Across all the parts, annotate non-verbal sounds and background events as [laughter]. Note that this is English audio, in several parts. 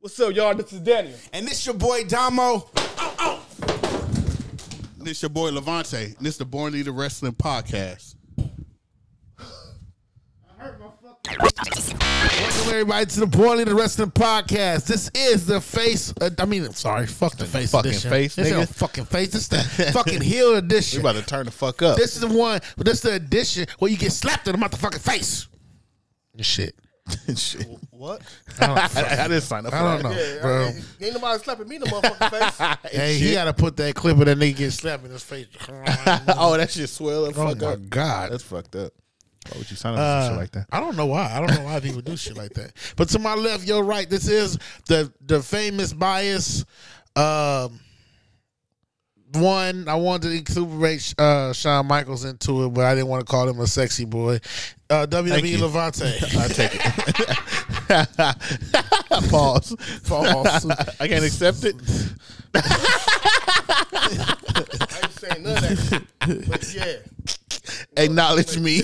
What's up, y'all? This is Daniel. And this your boy Damo. Oh, And this your boy Levante. And this the Born Leader Wrestling Podcast. Welcome everybody to the Born Leader Wrestling Podcast. This is the face. Uh, I mean, I'm sorry, fuck the face fucking edition. face, this nigga. ain't fucking face. This [laughs] the fucking heel We edition. about to turn the fuck up. This is the one. This is the edition where you get slapped in the motherfucking face. And shit. Shit. What? I, I didn't sign up. I don't for know, that. bro. Ain't nobody slapping me in the motherfucking [laughs] face. Hey, he gotta put that clip of that nigga getting slapped in his face. oh, that shit swell and oh fuck my up. god. That's fucked up. Why would you sign up for some shit like that? Uh, I don't know why. I don't know why people do shit like that. But to my left, your right, this is the the famous bias. Um, one, I wanted to exuberate uh, Shawn Michaels into it, but I didn't want to call him a sexy boy. Uh, WWE you. Levante. [laughs] I take it. [laughs] [laughs] Pause. False. I can't accept it. I ain't saying none of that shit. But yeah. [laughs] Acknowledge [laughs] me.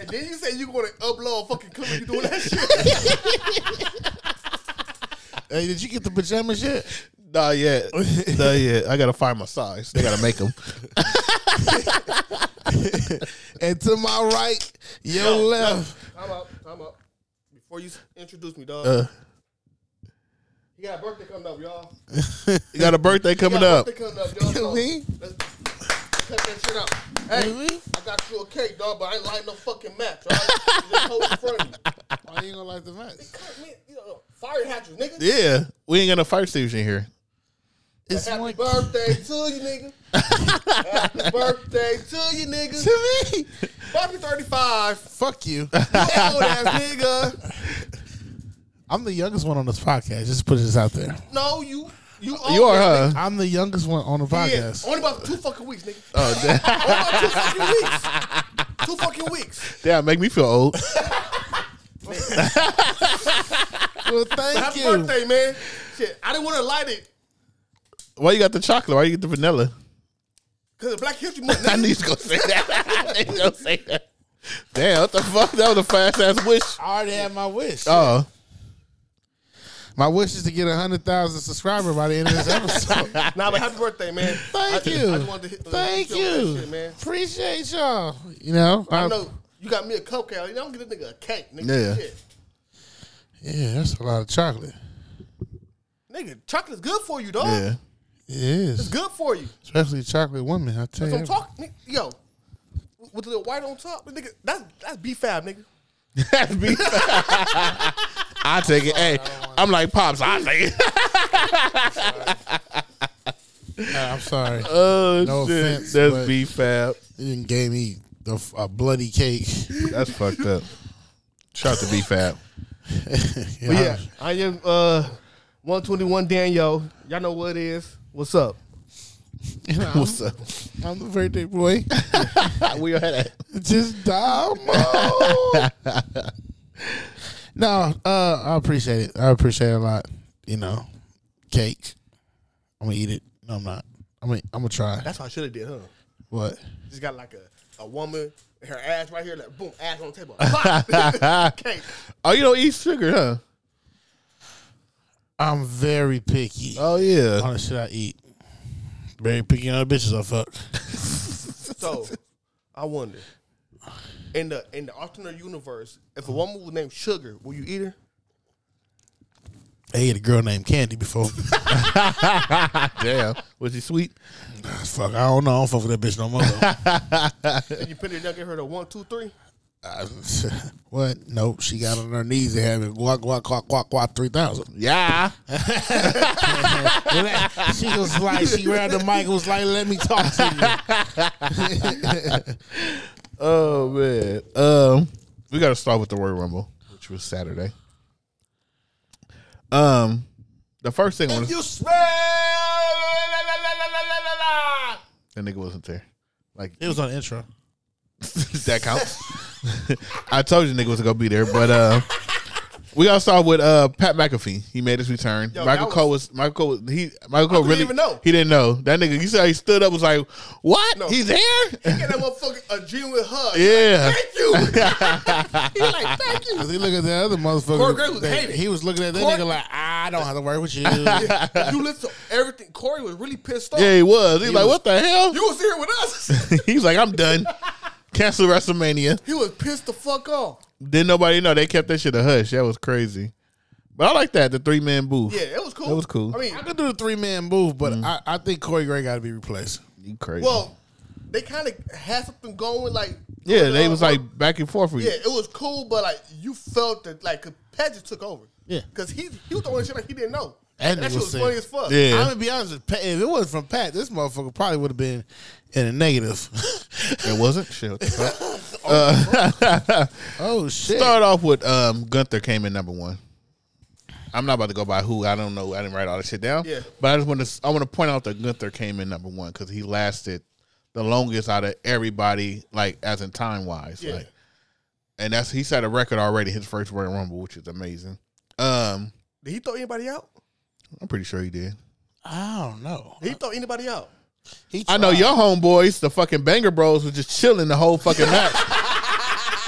And then you say you gonna upload a fucking clip when you doing that shit. hey, did you get the [laughs] pajamas yet? Nah, yeah. [laughs] Nah, yeah. I gotta find my size. They gotta make them. And to my right, your left. Time out, time out. Before you s- introduce me, dog. Uh. He got a birthday coming up, [laughs] y'all. He You got a birthday coming got a up. birthday coming up, y'all. So Me? let's cut that shit out. Hey, I got you a cake, dog, but I ain't lighting no fucking match. All right? Just hold it in front of me. Why you gonna like the match? Cut me, you know, fire hatches, nigga. Yeah. We ain't got no fire extinguisher in here. It's Happy one birthday to you, nigga. Happy birthday to you, nigga. [laughs] to me. Bobby 35. Fuck you. Old ass nigga. I'm the youngest one on this podcast. Just put this out there. No, you. You are. You are her. I'm the youngest one on the Yeah, podcast. only about two fucking weeks, nigga. only about two fucking weeks. Two fucking weeks. Damn, make me feel old. Well, thank Happy you. birthday, man. Shit, I didn't want to light it Why you got the chocolate? Why you get the vanilla? [laughs] because of Black History Month. I Nigga. knew you was gonna say that. [laughs] I knew you was gonna say that. Damn, what the fuck? That was a fast ass wish. I already had my wish. Oh, my wish is to get hundred thousand subscribers by the end of [laughs] this episode. Nah, but happy birthday, man. Thank I, you. I just wanted to hit, uh, Thank hit your you. Um, Shit, man. Appreciate y'all. You know, I I- know you got me a cupcake. I don't give this nigga a cake, nigga. Yeah. Shit. yeah, that's a lot of chocolate. Nigga, chocolate's good for you, dog. yeah. It is, Good for you. especially chocolate women. I tell So I'm you, talking, yo, with the little white on top, nigga. That's that's B Fab, nigga. That's beef. I take it. Hey, I'm like pops. I take [laughs] it. I'm sorry. Oh No shit, offense, but- that's beef fab. you didn't gave me the, f- a bloody cake. That's fucked up. Shout out to beef fab. You [laughs] [laughs] But know, yeah, I am uh 121 Daniel. Y'all know what it is. What's up? you know, I'm, What's up? I'm the [laughs] birthday boy. Where your head at? [laughs] Just Damo. no, uh, I appreciate it. I appreciate it a lot. You know, cake. I'm gonna eat it. No, I'm not. I'm gonna. I'm gonna try. That's what I should have did, huh? What? Just got like a, a woman, her ass right here, like boom, ass on the [laughs] table. Pop! Cake. Oh, you don't eat sugar, huh? I'm very picky Oh yeah. on the shit I eat. Very picky on the bitches I fuck. So I wonder. In the in the alternate universe, if a woman was named Sugar, will you eat her? I ate a girl named Candy before. [laughs] Damn. Was he sweet? fuck, I don't know. I don't fuck with that bitch no more. though. And you put it down, give her the one, two, three. Uh, [laughs] what? Nope. She got on her knees and having guac guac guac guac guac three thousand. Yeah. And that- [laughs] she was like, she grabbed the mic and was like, let me talk [laughs] to you. Oh man. Um, we got to start with the Royal Rumble, which was Saturday. Um, the first thing I want to You smell. that nigga wasn't there. Like [laughs] It was on the intro. that counts. I told you nigga was gonna be there, but uh, We gotta start with uh, Pat McAfee. He made his return. Yo, Michael that Cole was Michael Cole. Was, he Michael Cole didn't really even know. He didn't know that nigga. You said he stood up was like, "What? No. He's there? Get that motherfucker a genuine hug. [laughs] yeah." Thank you. [laughs] he like, thank you. Cause he look at the other motherfucker. Corey Gray was that- hated. he was looking at that Corey- nigga like, I don't have to work [laughs] with you. You listen to everything. Corey was really pissed off. Yeah, he was. He's like, was- "What the hell?" [laughs] You was here with us. He's like, [laughs] "I'm done. Cancel WrestleMania." he was pissed the fuck off. Didn't nobody know they kept that shit a hush. That was crazy. But I like that the three man booth. Yeah, it was cool. That was cool. I mean, I could do the three man move, but I, I think Corey Gray got to be replaced. You crazy. well, they kind of had something going. Like, yeah, they uh, was like back and forth with yeah, you. it was cool, but like you felt that like 'cause Paget took over. Yeah. because he he was the only shit like he didn't know. That And that nigga shit was said- funny as fuck. Yeah. I'm gonna be honest. With Pat, if it wasn't from Pat, this motherfucker probably would have been in a negative. [laughs] It wasn't. Shit. what [laughs] the fuck? oh shit! Start off with um, Gunther came in number one. I'm not about to go by who. I don't know. I didn't write all this shit down. Yeah. But I just want to. I want to point out that Gunther came in number one because he lasted the longest out of everybody, like as in time wise. Yeah. Like, and that's he set a record already. His first Royal Rumble, which is amazing. Um, Did he throw anybody out? I'm pretty sure he did. I don't know. Did he throw anybody out? He I know tried. your homeboys, the fucking Banger Bros, was just chilling the whole [laughs] fucking match.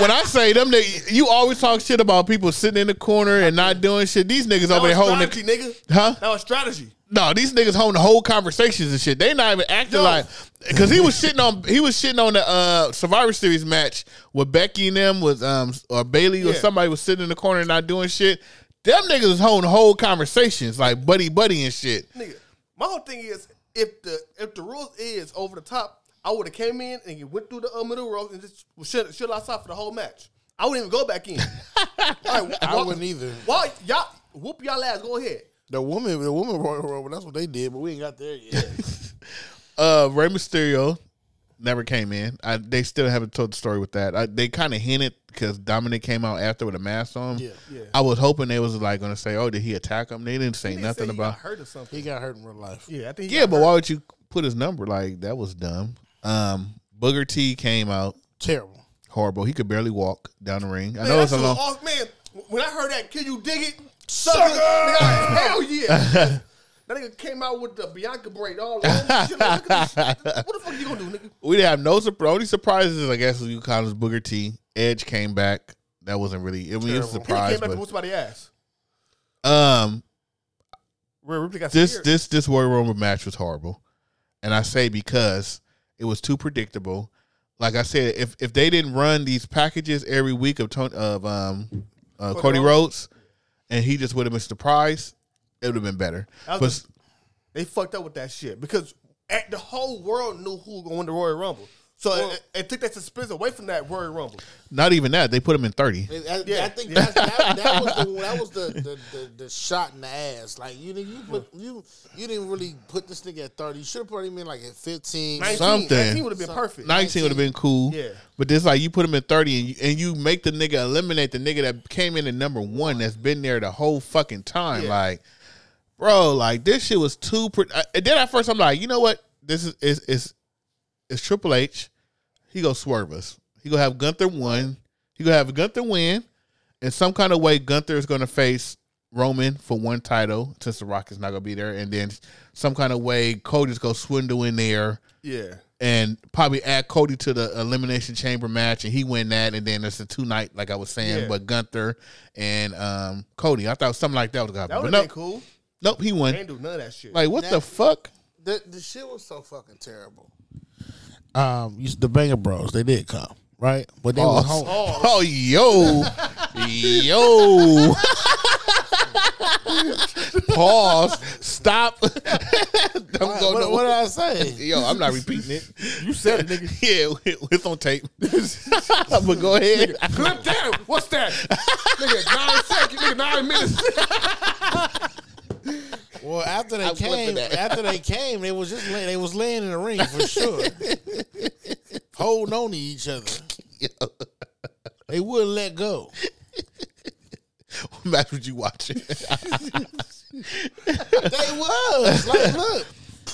when I say them, nigg- you always talk shit about people sitting in the corner and [laughs] not doing shit. These niggas That was over there holding, strategy, the, nigga. huh? That was strategy. No, these niggas holding the whole conversations and shit. They not even acting Yo. like because he was shitting on he was shitting on the uh, Survivor Series match with Becky and them was um or Bailey or Yeah. somebody was sitting in the corner and not doing shit. Them niggas was holding whole conversations like buddy buddy and shit. Nigga, my whole thing is if the if the rules is over the top, I would have came in and you went through the uh, middle row and just shut shut outside for the whole match. I wouldn't even go back [laughs] in. Like, I why- wouldn't either. Why y'all whoop y'all ass? Go ahead. The woman, the woman Royal Rumble. That's what they did, but we ain't got there yet. Uh, Rey Mysterio never came in. I, they still haven't told the story with that. I, they kind of hinted because Dominic came out after with a mask on. Yeah. Yeah. I was hoping they was like gonna say, "Oh, did he attack him?" They didn't say Nigga said nothing he got about. hurt or something. [laughs] he got hurt in real life. Yeah, I think. he Yeah, got but hurt. why would you put his number? Like that was dumb. Um, Booger T came out Terrible. horrible. He could barely walk down the ring. I Man, know it's that a shit was long. off- man, when I heard that, can you dig it? Sucker! Nigga, I was like, [laughs] hell yeah! that nigga came out with the Bianca braid all over. Shit, like, look at this shit. What the fuck you gonna do, nigga? We didn't have no surprise. Only surprises, I guess, was you call was Booger T. Edge came back. That wasn't really. I mean, it was a He surprise, came back to but whoop somebody's ass. um, Rhea Ripley got this scared. this this Royal Rumble match was horrible, and I say because it was too predictable. Like I said, if if they didn't run these packages every week of Tony, of um uh, Cody Cody Rhodes, and he just would have missed the prize, it would have been better. That But was- they fucked up with that shit because at, the whole world knew who was going to win the Royal Rumble. So it, it, it took that suspense away from that Royal Rumble. not even that they put him in thirty. I, I- Yeah. I think that's, that, that was the that was the, the, the, the shot in the ass. Like you didn't you put, you you didn't really put this nigga at thirty. You should have put him in like at fifteen. 19, Something. 19 would have been perfect. Nineteen would have been cool. Yeah. But this like you put him in thirty and you, and you make the nigga eliminate the nigga that came in at number one that's been there the whole fucking time. Yeah. Like, bro, like this shit was too. Pre- I, and then at first I'm like, you know what? This is is is it's Triple H. He gonna swerve us. He gonna have Gunther win. He gonna have Gunther win. In some kind of way, Gunther is gonna face Roman for one title since The Rock is not gonna be there, and then some kind of way Cody's gonna swindle in there Yeah. and probably add Cody to the elimination chamber match, and he win that, and then it's a two night, like I was saying, Yeah. but Gunther and um, Cody. I thought something like that was gonna That happen, but would have nope, been cool. nope, he They won. ain't do none of that shit. Like what the That- fuck? The, the shit was so fucking terrible. Um, you, the Banger Bros, they did come right, but they was home. Oh, yo, yo. Pause. Stop. [laughs] Don't go What, no- what did I say? Yo, I'm not repeating it. you said it, nigga. [laughs] Yeah, it's on tape. [laughs] but go ahead. [laughs] Clip that. What's that? nigga, nine seconds. Nigga, nine minutes. Well, after they wasn't came, there. after they came, they was just lay, they was laying in the ring for sure, holding on to each other. They wouldn't let go. What match would you watching? [laughs] They was like, look,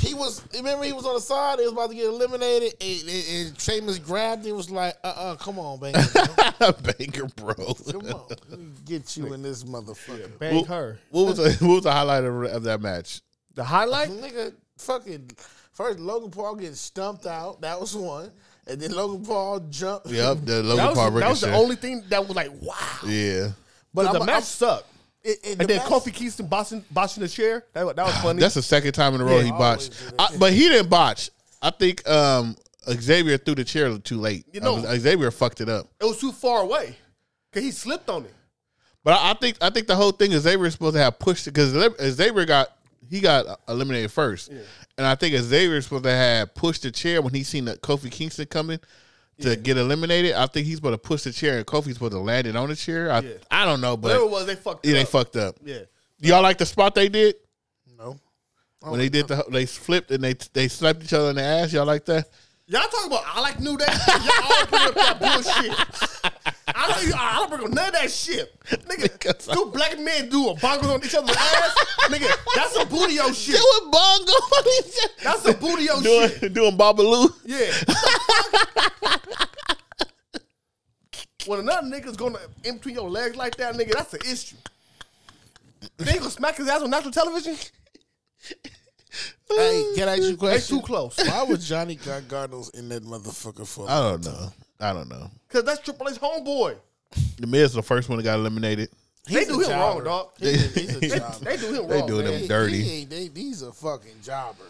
He was remember he was on the side. He was about to get eliminated, and, and, and Sheamus grabbed him. and Was like, uh, uh come on, Banker, bro. [laughs] Banger, bro. [laughs] come on, Let me get you in this motherfucker, Well, Bang her. What was the, [laughs] what was the highlight of, of that match? The highlight? nigga. Fucking first, Logan Paul getting stumped out. That was one, and then Logan Paul jumped. Yep, the Logan That was, Paul that was the ricochet. only thing that was like, wow. Yeah, But the I'm- match I'm- sucked. It- it- And the then match- Kofi Kingston botching, botching the chair. That, wa- that was [laughs] funny. Ah, that's the second time in a row Yeah. he Always botched. do I, but he didn't botch. I think um, Xavier threw the chair too late. You know- Uh, Xavier fucked it up. It was too far away. Cause he slipped on it. But I, I think I think the whole thing is Xavier is supposed to have pushed it because Xavier got he got eliminated first, and I think Xavier is supposed to have pushed the chair when he seen that Kofi Kingston coming to get eliminated. I think he's supposed to push the chair and Kofi's supposed to land it on the chair. I I don't know, but Whatever it was, they fucked. yeah, it they up. fucked up. Yeah. Y'all like the spot they did No, when they did the they flipped and they they slapped each other in the ass. Y'all like that? Y'all talking about I like new day. Y'all always bring up that bullshit. I don't, I don't bring up none of that shit, Because I- nigga. Two black men do a bonkers on each other's ass, nigga. That's some bootio shit. Doing bongo, That's some bootio doing Oh, [laughs] shit. doing Babaloo. Yeah. What the fuck? [laughs] when another nigga's gonna in between your legs like that, nigga, that's an issue. They gonna smack his ass on national television? hey, can I ask you a That's question? too close. Why was Johnny Gargano's in that motherfucker for? I don't know. I don't know. Cause that's Triple H homeboy. The Miz the first one that got eliminated. They do him wrong, dog. He's a, [laughs] he's a They- jobber. They do him They wrong. doing man. him dirty. He, ain't- they, he's a fucking jobber.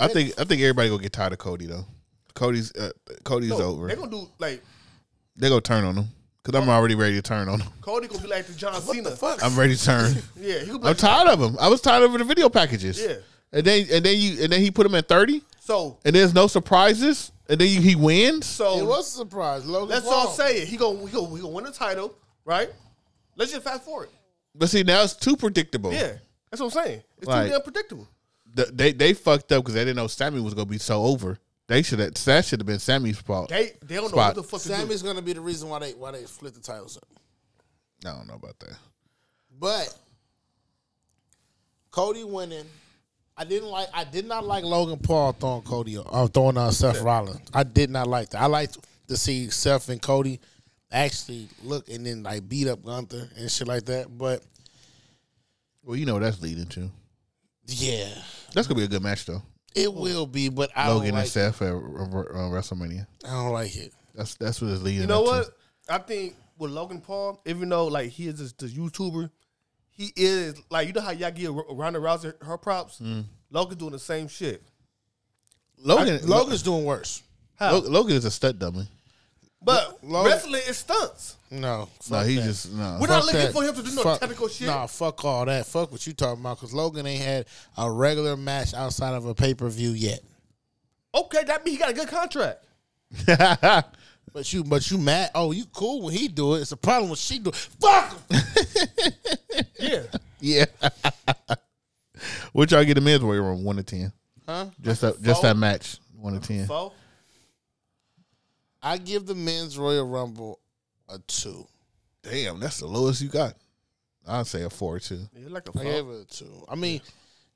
I think I think everybody gonna get tired of Cody though. Cody's uh, Cody's No, over. Oh, They gonna Oh. do like They gonna turn on him because I'm already ready to turn [laughs] on him. Cody gonna be like the John Cena. Fuck. I'm ready to turn. Yeah, he gonna be I'm like, tired of him. I was tired of the video packages. Yeah. And then and then you and then he put him at thirty, so and there's no surprises, and then you, he wins. so. it was a surprise. Logan let's Paul. all say it. He gonna he gonna, he gonna win the title, right? Let's just fast forward. But see now it's too predictable. Yeah, that's what I'm saying. It's Like- too damn predictable. Th- they they fucked up because they didn't know Sammy was gonna be so over. They should have that should have been Sammy's fault. They they don't know Spot. what the fuck to do. Sammy's gonna be the reason why they why they split the titles up. I don't know about that. But Cody winning, I didn't like. I did not like Logan Paul throwing Cody or throwing uh, Seth Rollins. I did not like that. I liked to see Seth and Cody actually look and then like beat up Gunther and shit like that. But Well, you know what that's leading to. yeah, That's gonna be a good match though. it will be. But I Oh. Logan and don't like. It. Seth at uh, WrestleMania. I don't like it. That's that's what it's leading. You know up to. what? I think with Logan Paul, even though like he is just the YouTuber, he is like you know how y'all give Ronda Rousey her props. Mm. Logan doing the same shit. Logan, Logan's doing worse. Lo- Logan is a stud dummy. But Logan- wrestling is stunts. No, No, fuck he's that. just no. We're not looking for him to do no Fuck- technical shit. Nah, fuck all that. Fuck what you talking about. Because Logan ain't had a regular match outside of a pay per view yet. Okay, that means he got a good contract. [laughs] But you, but you mad? Oh, you cool when he do it. It's a problem when she do. It. Fuck him. Yeah. yeah. what y'all get the men's weight room one to ten? Huh? Just that, just that match one to ten. So I give the men's Royal Rumble a two. Damn, that's the lowest you got. I'd say a four or two. you're like a I gave foe. it a two. I mean,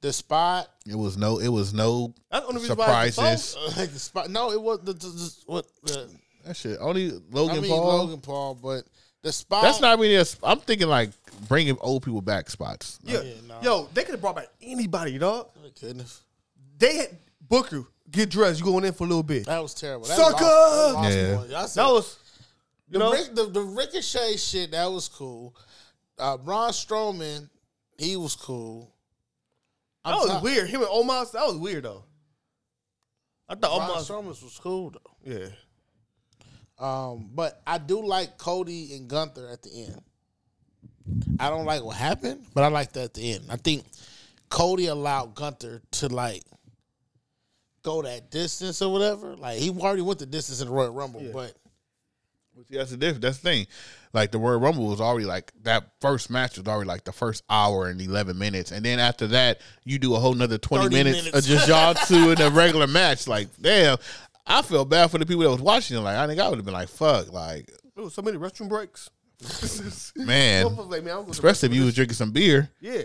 the spot, [laughs] It was no, it was no That's the only reason why it's a foe. surprises. like the spot. No, it was the, the, the what? The, That shit only Logan I mean, Paul. Logan Paul, but the spot. That's not really. A, sp- I'm thinking like bringing old people back spots. Yeah. Yeah, nah. Yo, they could have brought back anybody, dog. I couldn't have. They had Booker, get dressed, you going in for a little bit. That was terrible. That Sucker! lost- that lost Yeah. one. Y'all said- That was you the, know Ric- the, the Ricochet shit, that was cool. Uh, Braun Strowman, he was cool. that I'm was ti- weird. Him and Omar, that was weird though. I thought Braun Omar Strowman was cool, though. Yeah. Um, but I do like Cody and Gunther at the end. I don't like what happened, but I like that at the end. I think Cody allowed Gunther to like go that distance or whatever. Like he already went the distance in the Royal Rumble, but See, That's the diff. That's the thing. Like the Royal Rumble was already like that first match was already like the first hour and eleven minutes, and then after that you do a whole nother twenty 30 minutes, minutes. of just y'all [laughs] two in a regular match. Like damn, I feel bad for the people that was watching. Like I think I would have been like fuck, like There was so many restroom breaks. [laughs] man, Motherfuckers like, man, I'm going to- especially if you was drinking some beer. Yeah.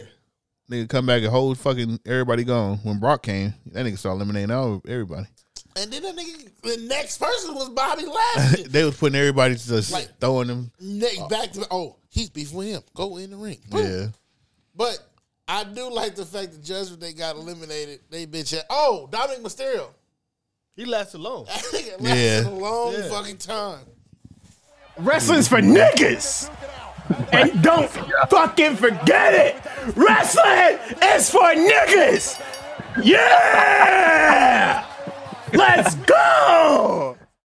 Nigga come back and whole fucking everybody gone. When Brock came, that nigga started eliminating all everybody. And then that nigga, the next person was Bobby Lashley. [laughs] They was putting everybody just Like- throwing them. next back to oh, he's beefing with him. Go in the ring. Boom. Yeah. But I do like the fact that Judgment Day got eliminated. They bitch at oh Dominic Mysterio. [laughs] He lasted long. That nigga Yeah. lasted a long Yeah. fucking time. Wrestling's for niggas. And don't fucking forget it. Wrestling is for niggas. Yeah. Let's go.